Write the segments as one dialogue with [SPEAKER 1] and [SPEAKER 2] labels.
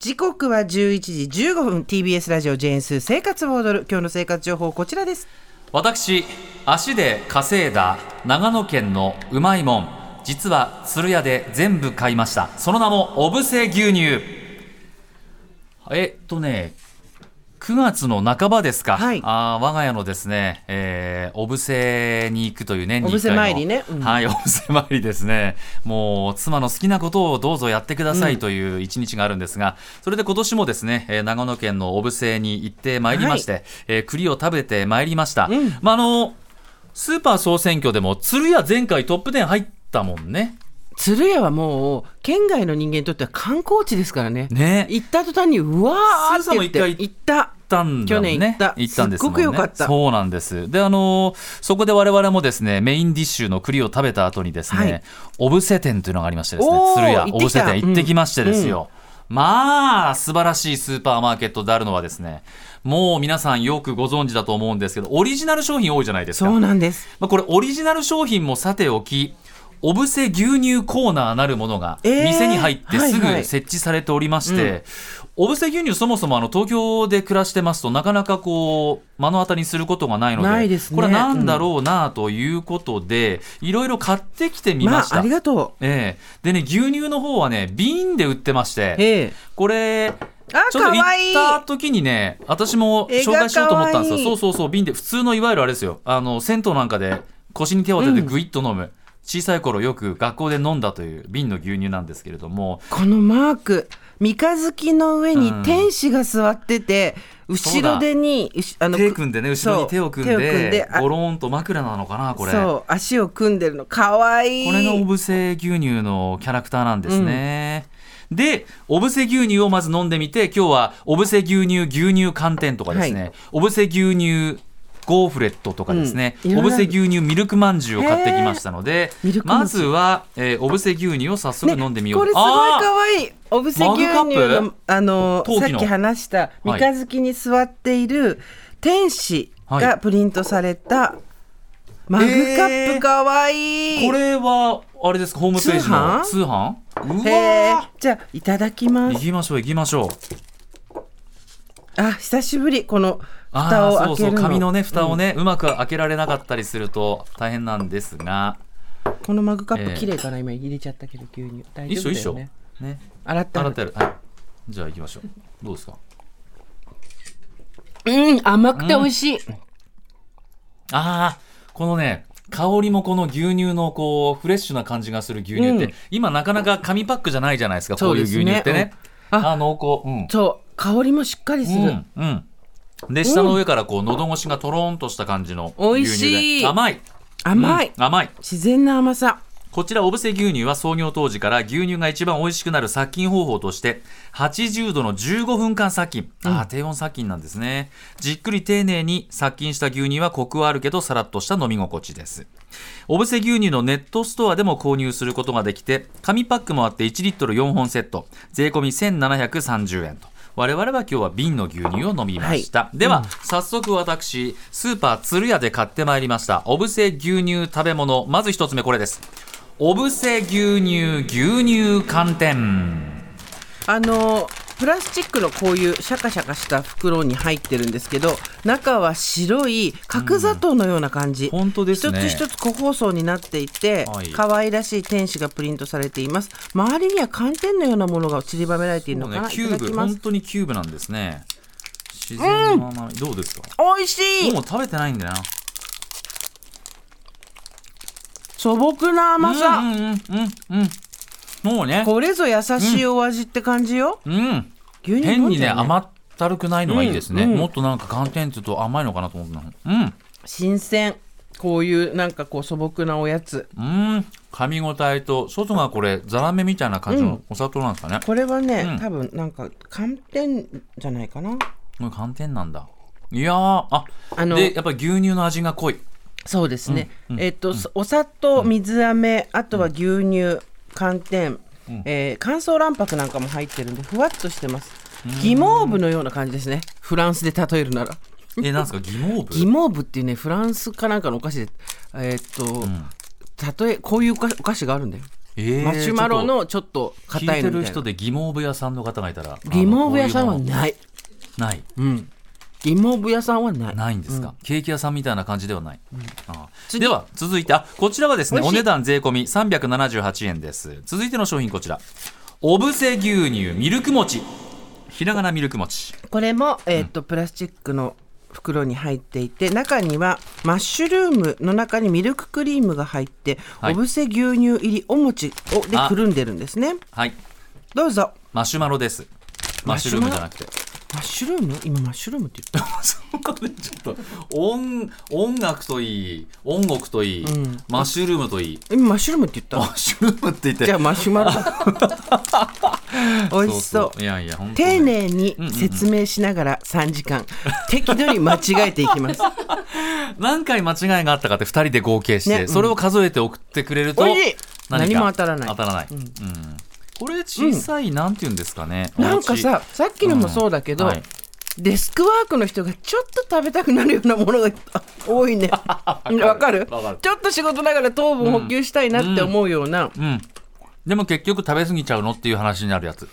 [SPEAKER 1] 時刻は11時15分 TBS ラジオジェーンスー生活を踊る今日の生活情報こちらです
[SPEAKER 2] 私足で稼いだ長野県のうまいもん実は鶴屋で全部買いましたその名もおぶせ牛乳えっとね9月の半ばですか、
[SPEAKER 1] はい
[SPEAKER 2] あー我が家のですね、えー、おぶせに行くという年に
[SPEAKER 1] お
[SPEAKER 2] 一回の
[SPEAKER 1] ぶせ参りねうん
[SPEAKER 2] はいおぶせ参りですねもう妻の好きなことをどうぞやってくださいという一日があるんですが、それで今年もですね、えー長野県のおぶせに行ってまいりまして、えー栗を食べてまいりました、
[SPEAKER 1] うん
[SPEAKER 2] まああのスーパー総選挙でも鶴屋前回トップ10入ったもんね
[SPEAKER 1] 鶴屋はもう県外の人間にとっては観光地ですからね
[SPEAKER 2] ね
[SPEAKER 1] 行った途端にうわーって言って
[SPEAKER 2] スーさんも一回
[SPEAKER 1] 行った
[SPEAKER 2] 行ったんだもんね
[SPEAKER 1] 去年行った
[SPEAKER 2] んですもん、ね、
[SPEAKER 1] すっごく良かった
[SPEAKER 2] そうなんですであのーそこで我々もですねメインディッシュの栗を食べた後にですね、
[SPEAKER 1] はい
[SPEAKER 2] おぶせ店というのがありましてです
[SPEAKER 1] お
[SPEAKER 2] ね
[SPEAKER 1] ー
[SPEAKER 2] 鶴屋
[SPEAKER 1] 行っ
[SPEAKER 2] お
[SPEAKER 1] て
[SPEAKER 2] ぶ
[SPEAKER 1] きた
[SPEAKER 2] せ店行ってきましてですよ、まあ素晴らしいスーパーマーケットであるのはですねもう皆さんよくご存知だと思うんですけどオリジナル商品多いじゃないですか
[SPEAKER 1] そうなんです
[SPEAKER 2] まあ、これオリジナル商品もさておきおぶせ牛乳コーナーなるものが
[SPEAKER 1] えー
[SPEAKER 2] 店に入ってす
[SPEAKER 1] はいはい
[SPEAKER 2] ぐ設置されておりまして、おぶせ牛乳そもそもあの東京で暮らしてますとなかなかこう目の当たりにすることがないので
[SPEAKER 1] ないですね
[SPEAKER 2] これは何だろうなということで、いろいろ買ってきてみました。
[SPEAKER 1] あありがとう
[SPEAKER 2] ええでね牛乳の方はね瓶で売ってまして、
[SPEAKER 1] ええ
[SPEAKER 2] これ
[SPEAKER 1] あ
[SPEAKER 2] ちょうど行
[SPEAKER 1] 可愛い
[SPEAKER 2] った時にね私も紹介しようと思ったんですよ
[SPEAKER 1] 絵が可愛い
[SPEAKER 2] そうそうそう瓶で普通のいわゆるあれですよあの銭湯なんかで腰に手を当ててグイッと飲む、小さい頃よく学校で飲んだという瓶の牛乳なんですけれども
[SPEAKER 1] このマーク三日月の上に
[SPEAKER 2] うん
[SPEAKER 1] 天使が座ってて、後ろ手にうしあ
[SPEAKER 2] 手組んでね後ろに手を組ん
[SPEAKER 1] そう手を組んで
[SPEAKER 2] で
[SPEAKER 1] あ
[SPEAKER 2] ゴローンと枕なのかなこれこ
[SPEAKER 1] そう足を組んでるの可愛い
[SPEAKER 2] れがおぶせ牛乳のキャラクターなんですね、でおぶせ牛乳をまず飲んでみて今日はおぶせ牛乳牛乳寒天とかですね、
[SPEAKER 1] は
[SPEAKER 2] おぶせ牛乳ゴーフレットとかですね、
[SPEAKER 1] うんいろい
[SPEAKER 2] お
[SPEAKER 1] ろある
[SPEAKER 2] ぶせ牛乳ミルクまんじゅうを買ってきましたので
[SPEAKER 1] へーミルクまん
[SPEAKER 2] ま
[SPEAKER 1] じ
[SPEAKER 2] ずは、えーおぶせ牛乳を早速飲んでみよう、
[SPEAKER 1] ね、これすごい
[SPEAKER 2] あ
[SPEAKER 1] 可愛いおぶせ牛乳
[SPEAKER 2] マグカッ
[SPEAKER 1] の
[SPEAKER 2] プ
[SPEAKER 1] あの
[SPEAKER 2] 陶器
[SPEAKER 1] さ
[SPEAKER 2] の
[SPEAKER 1] っき話した三
[SPEAKER 2] はい
[SPEAKER 1] 日月に座っている天使
[SPEAKER 2] は
[SPEAKER 1] が
[SPEAKER 2] い
[SPEAKER 1] プリントされたマグカップ可愛い
[SPEAKER 2] ーこれはあれですかホームページの
[SPEAKER 1] 通
[SPEAKER 2] 通販う
[SPEAKER 1] へー
[SPEAKER 2] わ
[SPEAKER 1] じゃあいただきま
[SPEAKER 2] ー行
[SPEAKER 1] す
[SPEAKER 2] きましょう行きましょう
[SPEAKER 1] あ久しぶりこの蓋
[SPEAKER 2] あ
[SPEAKER 1] を
[SPEAKER 2] あ
[SPEAKER 1] 開け
[SPEAKER 2] そう
[SPEAKER 1] る
[SPEAKER 2] そう
[SPEAKER 1] の
[SPEAKER 2] 紙のね蓋をね、うまく開けられなかったりすると大変なんですが
[SPEAKER 1] このマグカッ
[SPEAKER 2] え
[SPEAKER 1] プ
[SPEAKER 2] え
[SPEAKER 1] 綺麗かな今入れちゃったけど牛乳大
[SPEAKER 2] 一
[SPEAKER 1] 丈
[SPEAKER 2] 緒
[SPEAKER 1] 夫
[SPEAKER 2] 一
[SPEAKER 1] だよ
[SPEAKER 2] 緒
[SPEAKER 1] ね
[SPEAKER 2] ね
[SPEAKER 1] 洗ってあ
[SPEAKER 2] 洗
[SPEAKER 1] る
[SPEAKER 2] ってあるはいじゃあ行きましょうどうですか
[SPEAKER 3] うん、甘くて美味しい。
[SPEAKER 2] ああこのね香りもこの牛乳のこうフレッシュな感じがする牛乳って、
[SPEAKER 1] うん
[SPEAKER 2] 今なかなか紙パックじゃないじゃないですか
[SPEAKER 1] そ
[SPEAKER 2] こ
[SPEAKER 1] う
[SPEAKER 2] ういう
[SPEAKER 1] ですね
[SPEAKER 2] 牛乳ってね
[SPEAKER 1] うんあ
[SPEAKER 2] あ濃厚うん
[SPEAKER 1] そう香りもしっかりする、
[SPEAKER 2] うん、うん、で下の上からこう喉越しがとろんとした感じの
[SPEAKER 1] 美
[SPEAKER 2] 牛
[SPEAKER 1] 味
[SPEAKER 2] 乳
[SPEAKER 1] しい
[SPEAKER 2] で甘い
[SPEAKER 1] 甘い、
[SPEAKER 2] うん甘い
[SPEAKER 1] 自然な甘さ
[SPEAKER 2] こちらおぶせ牛乳は創業当時から牛乳が一番美味しくなる殺菌方法として80度の15分間殺菌、ああ低温殺菌なんですねじっくり丁寧に殺菌した牛乳はコクはあるけどさらっとした飲み心地ですおぶせ牛乳のネットストアでも購入することができて紙パックもあって1リットル4本セット税込み1730円と我々は今日は瓶の牛乳を飲みました、では、早速私スーパー鶴屋で買ってまいりましたおぶせ牛乳食べ物まず一つ目これですおぶせ牛乳牛乳寒天
[SPEAKER 1] あのプラスチックのこういうシャカシャカした袋に入ってるんですけど中は白い角砂糖のような感じ、
[SPEAKER 2] 本当で
[SPEAKER 1] 一つ
[SPEAKER 2] すね
[SPEAKER 1] 一つ個包装になっていて、
[SPEAKER 2] はい
[SPEAKER 1] 可愛らしい天使がプリントされています周りには寒天のようなものが散りばめられている
[SPEAKER 2] も
[SPEAKER 1] の
[SPEAKER 2] う
[SPEAKER 1] か
[SPEAKER 2] ね
[SPEAKER 1] な、
[SPEAKER 2] キ
[SPEAKER 1] い
[SPEAKER 2] ュ
[SPEAKER 1] た
[SPEAKER 2] ー
[SPEAKER 1] だき
[SPEAKER 2] ブ
[SPEAKER 1] ま
[SPEAKER 2] 本
[SPEAKER 1] す
[SPEAKER 2] 当にキューブなんですね自然の甘み、どうですか
[SPEAKER 1] 美味しい
[SPEAKER 2] もう食べてないんだよな
[SPEAKER 1] 素朴な甘さ、
[SPEAKER 2] うんうんうんうんもうね
[SPEAKER 1] これぞ優しいお味って感じよ、
[SPEAKER 2] うん
[SPEAKER 1] 牛乳飲んじゃう
[SPEAKER 2] 変にね甘ったるくないのがいいですね、
[SPEAKER 1] うんうん
[SPEAKER 2] もっとなんか寒天っていうと甘いのかなと思ったのうん
[SPEAKER 1] 新鮮こういうなんかこう素朴なおやつ
[SPEAKER 2] うん噛み応えと外がこれザラメみたいな感じのお砂糖なんですかね、
[SPEAKER 1] これはね、
[SPEAKER 2] うん
[SPEAKER 1] 多分なんか寒天じゃないかな
[SPEAKER 2] もう寒天なんだいやーあ
[SPEAKER 1] あの
[SPEAKER 2] でやっぱり牛乳の味が濃い
[SPEAKER 1] そうですね。えっと、お砂糖、水飴、あとは牛乳、寒天、えー乾燥卵白なんかも入ってるんで、ふわっとしてます。ギモーブのような感じですね。フランスで例えるなら。
[SPEAKER 2] えなんですか疑問部
[SPEAKER 1] ギモーブっていうね、フランスかなんかのお菓子で、えっと、例え、こういうお菓子お菓子があるんだよ。
[SPEAKER 2] えー
[SPEAKER 1] マシュマロのちょっと
[SPEAKER 2] 聞
[SPEAKER 1] 硬
[SPEAKER 2] い
[SPEAKER 1] いの
[SPEAKER 2] てる
[SPEAKER 1] みたい
[SPEAKER 2] 人
[SPEAKER 1] な
[SPEAKER 2] でギモーブ屋さんの方がいたら
[SPEAKER 1] リモーブ屋さんは
[SPEAKER 2] あのこ
[SPEAKER 1] ないう
[SPEAKER 2] いうのない
[SPEAKER 1] うんリモーブ屋さんはない
[SPEAKER 2] ないんですか、ケーキ屋さんみたいな感じではない、ああ
[SPEAKER 1] 次
[SPEAKER 2] では続いてあこちらはですね
[SPEAKER 1] 美味
[SPEAKER 2] お
[SPEAKER 1] しい
[SPEAKER 2] 値段税込み378円です続いての商品こちらおぶせ牛乳ミルク餅ひらがなミルク餅
[SPEAKER 1] これも、えー、とプラスチックの袋に入っていて中にはマッシュルームの中にミルククリームが入って、
[SPEAKER 2] はい
[SPEAKER 1] おぶせ牛乳入りお餅をで
[SPEAKER 2] あ
[SPEAKER 1] くるんでるんですね
[SPEAKER 2] はい
[SPEAKER 1] どうぞ
[SPEAKER 2] マシュマロですマッシュルームじゃなくて
[SPEAKER 1] マッシュルーム今マッシュルームって言っ
[SPEAKER 2] そうねちょっと音音楽といい音楽といい、
[SPEAKER 1] ん
[SPEAKER 2] マッシュルーム といい
[SPEAKER 1] た今マッシュルームって言っ
[SPEAKER 2] マ
[SPEAKER 1] た
[SPEAKER 2] ッシュルームって言って
[SPEAKER 1] じゃあマシュマ ロだ美味しそう
[SPEAKER 2] いやいや本当ね
[SPEAKER 1] 丁寧に説明しながら3時 間、適度に間違えていきます
[SPEAKER 2] 何回間違いがあったかって2人で合計して、
[SPEAKER 1] ねうん
[SPEAKER 2] それを数えて送ってくれると
[SPEAKER 1] 美味しい
[SPEAKER 2] 何か
[SPEAKER 1] 何も当たらない
[SPEAKER 2] 当たらない、うんこれ小さい、なんて言うんですかね
[SPEAKER 1] なんか
[SPEAKER 2] お
[SPEAKER 1] さ
[SPEAKER 2] 餅
[SPEAKER 1] さっきのもそうだけど、
[SPEAKER 2] うんはい
[SPEAKER 1] デスクワークの人がちょっと食べたくなるようなものがあ多いねわかる
[SPEAKER 2] わかるわかる
[SPEAKER 1] ちょっと仕事ながら糖分補給したいなって思うような、
[SPEAKER 2] うんでも結局食べ過ぎちゃうのっていう話になるやつ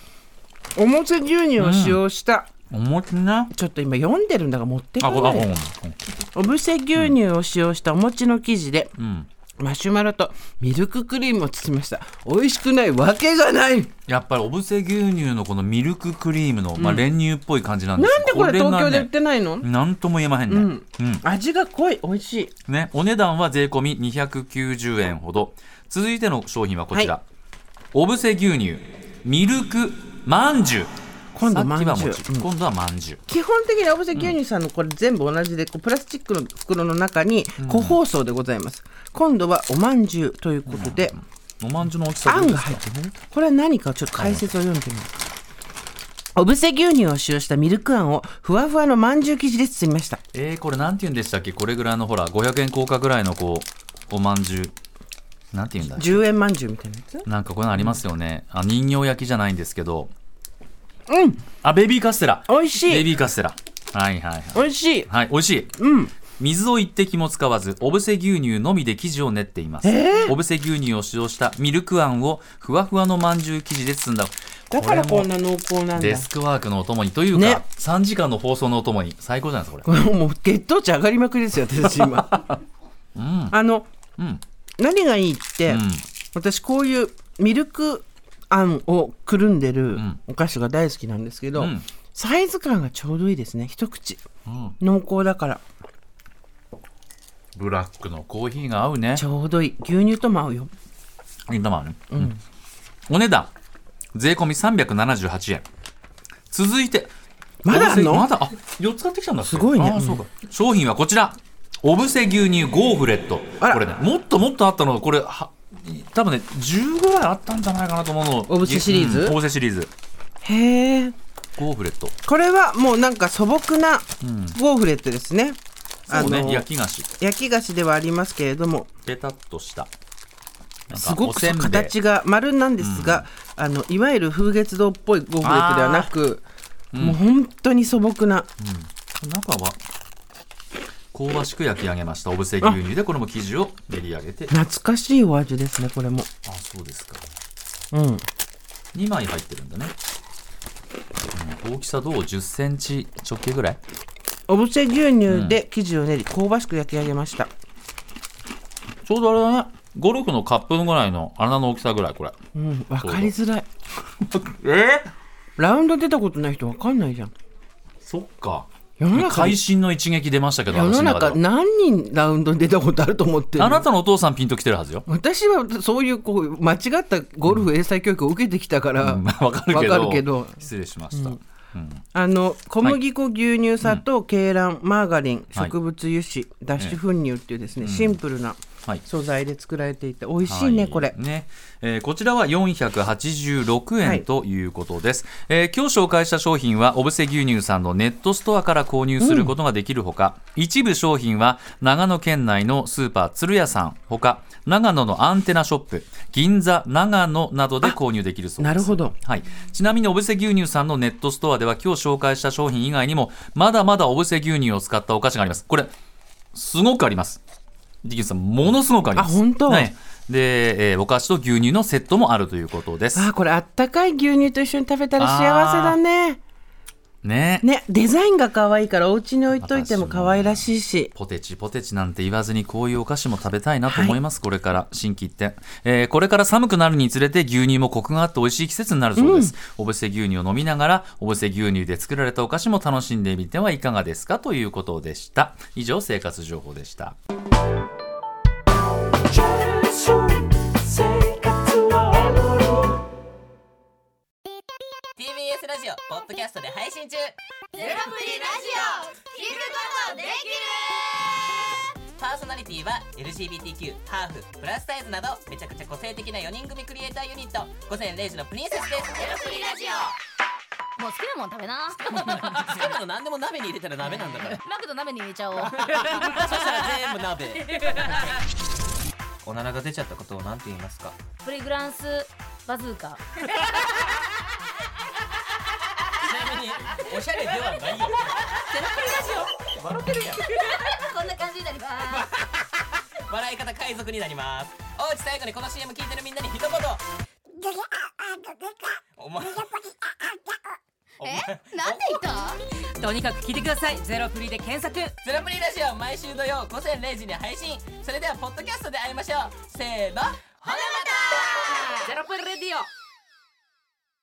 [SPEAKER 1] おもち牛乳を使用した、
[SPEAKER 2] お餅な
[SPEAKER 1] ちょっと今読んでるんだが持って
[SPEAKER 2] あ
[SPEAKER 1] こ
[SPEAKER 2] ごめん
[SPEAKER 1] ない
[SPEAKER 2] ごめん
[SPEAKER 1] おぶせ牛乳を使用したお餅の生地で、
[SPEAKER 2] うん
[SPEAKER 1] マシュマロとミルククリームを包みました美味しくないわけがない
[SPEAKER 2] やっぱりおぶせ牛乳のこのミルククリームの、まあ、練乳っぽい感じなんです
[SPEAKER 1] なんでこれ
[SPEAKER 2] が
[SPEAKER 1] 東京で売っ
[SPEAKER 2] ね
[SPEAKER 1] てないの、
[SPEAKER 2] なんとも言えまへんね、
[SPEAKER 1] うん
[SPEAKER 2] うん、
[SPEAKER 1] 味が濃い美味しい
[SPEAKER 2] ね、お値段は税込み290円ほど続いての商品はこちら、
[SPEAKER 1] は
[SPEAKER 2] おぶせ牛乳ミルクまんじゅう
[SPEAKER 1] 今度
[SPEAKER 2] さっきは
[SPEAKER 1] まんじゅう
[SPEAKER 2] 餅
[SPEAKER 1] うん
[SPEAKER 2] 今度はまんじゅう
[SPEAKER 1] 基本的におぶせ牛乳さんのこれ全部同じでこうプラスチックの袋の中に個包装でございます、今度はおまんじゅうということで、
[SPEAKER 2] おまんじゅうの大きさ
[SPEAKER 1] あ
[SPEAKER 2] どうんで
[SPEAKER 1] が
[SPEAKER 2] すか
[SPEAKER 1] 入ってるこれは何かちょっと解説を読んでみますおぶせ牛乳を使用したミルクあんをふわふわのまんじゅう生地で包みました
[SPEAKER 2] えー、これなんて言うんでしたっけこれぐらいのほら500円硬貨ぐらいのこうおまんじゅうなんて言うんだ
[SPEAKER 1] 10円まんじゅうみたいなやつ
[SPEAKER 2] なんかこういうのありますよねあ人形焼きじゃないんですけどうんあベビーカステラ
[SPEAKER 1] 美味し
[SPEAKER 2] ベ
[SPEAKER 1] い
[SPEAKER 2] ビーカステラはいはいはい
[SPEAKER 1] 美味しい
[SPEAKER 2] はい、美味しい。
[SPEAKER 1] うん
[SPEAKER 2] 水を一滴も使わず、おぶせ牛乳のみで生地を練っています。おぶせ牛乳を使用したミルクあんをふわふわのまんじゅう生地で包んだ。
[SPEAKER 1] だからこん
[SPEAKER 2] れも
[SPEAKER 1] な濃厚なんだ
[SPEAKER 2] デスクワークのお供にというか、
[SPEAKER 1] ね
[SPEAKER 2] 3時間の放送のお供に最高じゃないですかこ
[SPEAKER 1] これもう血糖値上がりまくりですよ私今
[SPEAKER 2] れ。うん
[SPEAKER 1] あの
[SPEAKER 2] うん
[SPEAKER 1] 何がいいって、
[SPEAKER 2] うん
[SPEAKER 1] 私こういうミルクあんをくるんでる
[SPEAKER 2] ん
[SPEAKER 1] お菓子が大好きなんですけど、
[SPEAKER 2] うん
[SPEAKER 1] サイズ感がちょうどいいですね一口
[SPEAKER 2] うん。
[SPEAKER 1] 濃厚だから
[SPEAKER 2] ブラックのコーヒーが合うね
[SPEAKER 1] ち。ょうどいい牛乳とも合うよ
[SPEAKER 2] 銀玉はね。うんお値段税込み378円。続いて
[SPEAKER 1] まだあんの
[SPEAKER 2] お布施まだあ4つ買ってきたんだって
[SPEAKER 1] すごいね
[SPEAKER 2] あーそうか商品はこちらおぶせ牛乳ゴーフレット
[SPEAKER 1] あら
[SPEAKER 2] これねもっともっとあったのがこれは多分ね10ぐらいあったんじゃないかなと思うの
[SPEAKER 1] お布施シリーズ
[SPEAKER 2] うんおぶせシリーズ
[SPEAKER 1] へえ
[SPEAKER 2] ゴーフレット
[SPEAKER 1] これはもうなんか素朴なゴーフレットですね、あ
[SPEAKER 2] そう
[SPEAKER 1] の
[SPEAKER 2] ね焼き菓子
[SPEAKER 1] 焼き菓子ではありますけれども
[SPEAKER 2] ペタッとしたなんか
[SPEAKER 1] すご
[SPEAKER 2] お
[SPEAKER 1] く
[SPEAKER 2] せんべい
[SPEAKER 1] 形が丸なんですが、あのいわゆる風月堂っぽいゴーフレットではなく、もう本当に素朴な
[SPEAKER 2] 中は香ばしく焼き上げましたおぶせ牛乳でこれも生地を練り上げて
[SPEAKER 1] 懐かしいお味ですねこれも
[SPEAKER 2] あそうですか
[SPEAKER 1] うん
[SPEAKER 2] 2枚入ってるんだね、うん大きさどう1 0ンチ直径ぐらい
[SPEAKER 1] おぶせ牛乳で生地を練り、香ばしく焼き上げました
[SPEAKER 2] ちょうどあれだねゴルフのカップぐらいの穴の大きさぐらいこれ
[SPEAKER 1] うん分かりづらい
[SPEAKER 2] え
[SPEAKER 1] ラウンド出たことない人分かんないじゃん
[SPEAKER 2] そっか
[SPEAKER 1] 世の中
[SPEAKER 2] 会心の一撃出ましたけど
[SPEAKER 1] 世
[SPEAKER 2] 私
[SPEAKER 1] の
[SPEAKER 2] の中
[SPEAKER 1] 中
[SPEAKER 2] では
[SPEAKER 1] 何人ラウンドに出たことあると思ってる
[SPEAKER 2] あな
[SPEAKER 1] の
[SPEAKER 2] たのお父さんピンときてるはずよ
[SPEAKER 1] 私はそういうこう間違ったゴルフ英才教育を受けてきたから、
[SPEAKER 2] わかるけど
[SPEAKER 1] わかるけど
[SPEAKER 2] 失礼しました、うん
[SPEAKER 1] あの小麦粉、牛乳砂糖鶏卵マーガリン植物油脂、脱脂粉乳っていうですね、シンプルな
[SPEAKER 2] はい
[SPEAKER 1] 素材で作られていて美味しいね、
[SPEAKER 2] はい
[SPEAKER 1] これ
[SPEAKER 2] ね、えーこちらは486円ということです、えー今日紹介した商品は小布施牛乳さんのネットストアから購入することができるほか、一部商品は長野県内のスーパー鶴屋さんほか長野のアンテナショップ銀座長野などで購入できるそうです
[SPEAKER 1] なるほど
[SPEAKER 2] はい、ちなみに小布施牛乳さんのネットストアでは今日紹介した商品以外にもまだまだ小布施牛乳を使ったお菓子がありますこれすごくありますディキンさんものすごくあります
[SPEAKER 1] あ本当
[SPEAKER 2] ねで、えーお菓子と牛乳のセットもあるということです
[SPEAKER 1] あーこれあったかい牛乳と一緒に食べたら幸せだね
[SPEAKER 2] ね
[SPEAKER 1] ねデザインが可愛いからお家に置いといても可愛らしいし
[SPEAKER 2] ポテチポテチなんて言わずにこういうお菓子も食べたいなと思います、これから新規一点、えーこれから寒くなるにつれて牛乳もコクがあって美味しい季節になるそうです、おぶせ牛乳を飲みながらおぶせ牛乳で作られたお菓子も楽しんでみてはいかがですかということでした以上生活情報でした
[SPEAKER 3] ラジオポッドキャストで配信中
[SPEAKER 4] ゼロプリラジオ聞くことでき
[SPEAKER 3] パーソナリティは LGBTQ ハーフプラスサイズなどめちゃくちゃ個性的な4人組クリエイターユニット午前0時のプリンセスですゼロプリラジオ
[SPEAKER 4] るもう好きなもん食べな
[SPEAKER 3] 好きなの何でも鍋に入れたら鍋なんだから
[SPEAKER 4] マクド鍋に入れち ゃおう
[SPEAKER 3] そしたら全部 鍋おならが出ちゃったことを何て言いますか
[SPEAKER 4] プリグランスバズーカ
[SPEAKER 3] ちなみにおしゃれではないよゼロプリラジオ笑ってるやん
[SPEAKER 4] こんな感じになります
[SPEAKER 3] 笑い方海賊になりますおうち最後にこの CM 聞いてるみんなに一言お前お前
[SPEAKER 4] え なんで言っ
[SPEAKER 5] とにかく聞いてくださいゼロプリで検索
[SPEAKER 3] ゼロプリラジオ毎週土曜午前0時に配信それではポッドキャストで会いましょうせーのほなまた
[SPEAKER 5] ゼロプリレディオ